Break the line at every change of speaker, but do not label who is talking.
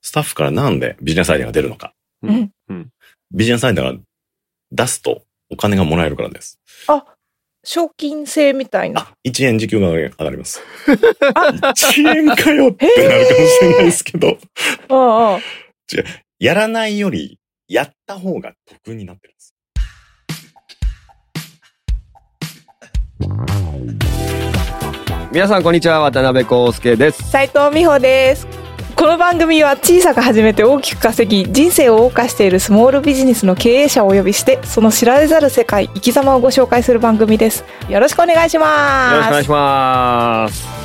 スタッフからなんでビジネスアイデアが出るのか。
うん
うん。
ビジネスアイデアが出すとお金がもらえるからです。
あ、賞金制みたいな。
あ、1円時給が上がります。1円かよってなるかもしれないですけど、
ああああ、
やらないよりやった方が得になってるんです。
皆さんこんにちは渡辺康介です。
斉藤美穂です。この番組は小さく始めて大きく稼ぎ、人生を謳歌しているスモールビジネスの経営者をお呼びして、その知られざる世界、生き様をご紹介する番組です。よろしくお願いし
よろしくお願
ま
い
す。
します。